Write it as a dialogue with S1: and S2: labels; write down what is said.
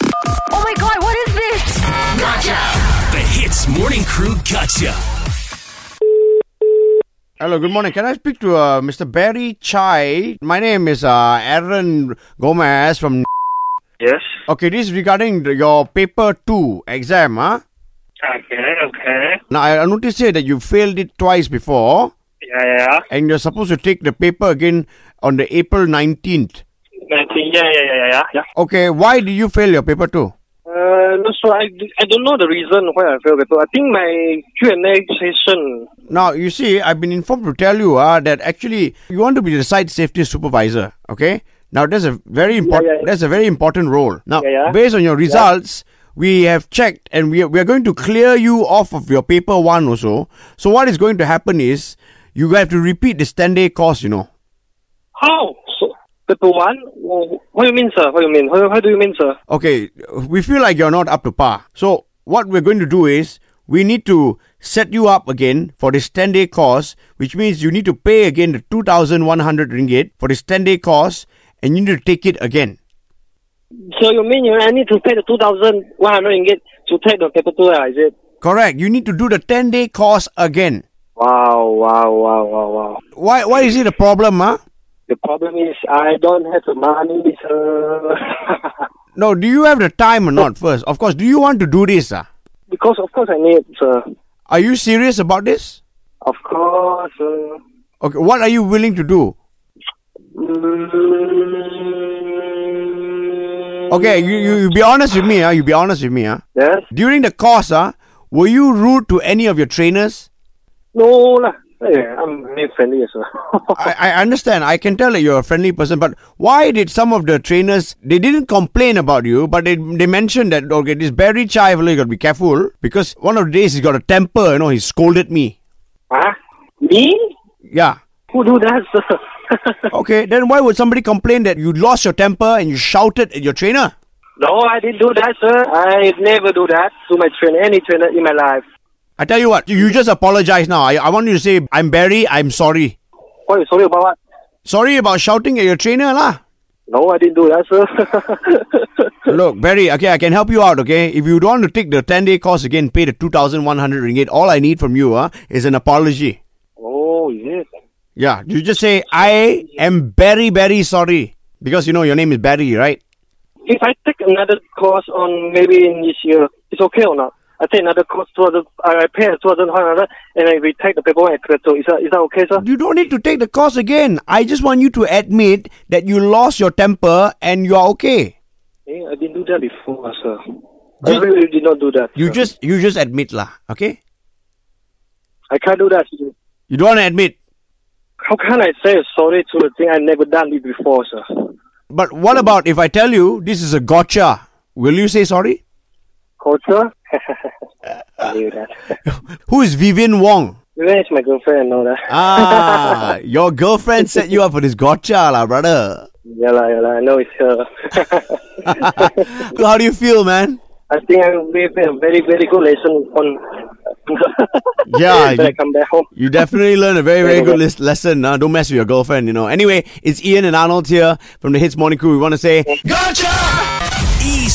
S1: Oh my god, what is this?
S2: The Hits Morning Crew Gotcha.
S3: Hello, good morning. Can I speak to uh, Mr. Barry Chai? My name is uh, Aaron Gomez from.
S4: Yes.
S3: Okay, this is regarding the- your paper two exam, huh?
S4: Okay, okay.
S3: Now I I noticed here that you failed it twice before,
S4: Yeah, yeah.
S3: and you're supposed to take the paper again on the April nineteenth.
S4: I think, yeah, yeah, yeah, yeah, yeah.
S3: Okay, why did you fail your paper two?
S4: Uh, no, so I, I don't know the reason why I failed it. So I think my Q&A session,
S3: Now, you see, I've been informed to tell you uh, that actually you want to be the site safety supervisor, okay? Now, that's a very important
S4: yeah, yeah.
S3: that's a very important role. Now,
S4: Yeah, yeah.
S3: based on your results, we have checked and we are, we are going to clear you off of your paper 1 also. So what is going to happen is you have to repeat this 10-day course, you know.
S4: how? So, paper one? Wha- What do you mean, sir? What do you mean? How, how do you mean, sir?
S3: Okay, we feel like you're not up to par. So what we're going to do is we need to set you up again for this 10 day course, which means you need to pay again the 2,100 ringgit for this 10 day course and you need to take it again.
S4: So you mean you, I need to pay the 2,100 ringgit to take the paper two, ah, is it?
S3: Correct, you need to do the 10 day course again.
S4: Wow, wow, wow, wow, wow.
S3: Why, why is it a problem, ah? huh?
S4: The problem is I don't have the money, sir.
S3: No, do you have the time or not first? Of course, do you want to do this? Huh?
S4: because of course I need, sir.
S3: Are you serious about this?
S4: Of course, sir.
S3: Okay, what are you willing to do? Okay, you, you, you be honest with me, huh? You be honest with me, ah. huh?
S4: Yes?
S3: During the course, ah, were you rude to any of your trainers?
S4: No lah. Hey, I'm very friendly as well.
S3: I, I understand. I can tell that you're a friendly person, but why did some of the trainers they didn't complain about you, but they they mentioned that okay, this Barry Chai fellow, you got to be careful because one of the days he got a temper. You know, he scolded me.
S4: huh? Me?
S3: Yeah.
S4: Who do that, sir?
S3: Okay. Then why would somebody complain that you lost your temper and you shouted at your trainer?
S4: no, I didn't do that, sir. I never do that to my trainer, any trainer in my life.
S3: I tell you what, you- you just apologize now. I, I want you to say, I'm Barry. I'm sorry.
S4: What you sorry about what?
S3: Sorry about shouting at your trainer, lah.
S4: No, I didn't do that, sir.
S3: Look, Barry, okay, I can help you out, okay? If you don't want to take the 10 day course again, pay the 2,100 ringgit, all I need from you uh, is an apology.
S4: oh, yes.
S3: Yeah, you just say, I am Barry, Barry, sorry. Because you know your name is Barry, right?
S4: If I take another course on maybe in this year, it's okay or not? I take another course, 200, I pay 2,500 and I retake the paperwork at crypto. Is that, is that okay, sir?
S3: You don't need to take the course again. I just want you to admit that you lost your temper and you are okay.
S4: Eh, I didn't do that before, sir. I really did not do that.
S3: You
S4: sir.
S3: just you just admit lah, okay?
S4: I can't do that. sir.
S3: You don't want to admit.
S4: How can I say sorry to a thing I never done it before, sir?
S3: But what about if I tell you this is a gotcha? Will you say sorry?
S4: Culture? I knew that.
S3: Who is Vivian Wong?
S4: Even it's my girlfriend, know that.
S3: Ah, your girlfriend set you up for this gotcha, lah, brother.
S4: yeah, lah, yeah, lah. I know it's her.
S3: So how do you feel, man?
S4: I think I will be a very, very good lesson on.
S3: Yeah,
S4: when I
S3: you-
S4: come back home.
S3: You definitely learned a very, very good les- lesson. Uh, don't mess with your girlfriend, you know. Anyway, it's Ian and Arnold here from the Hits Morning Crew. We want to say
S2: Ease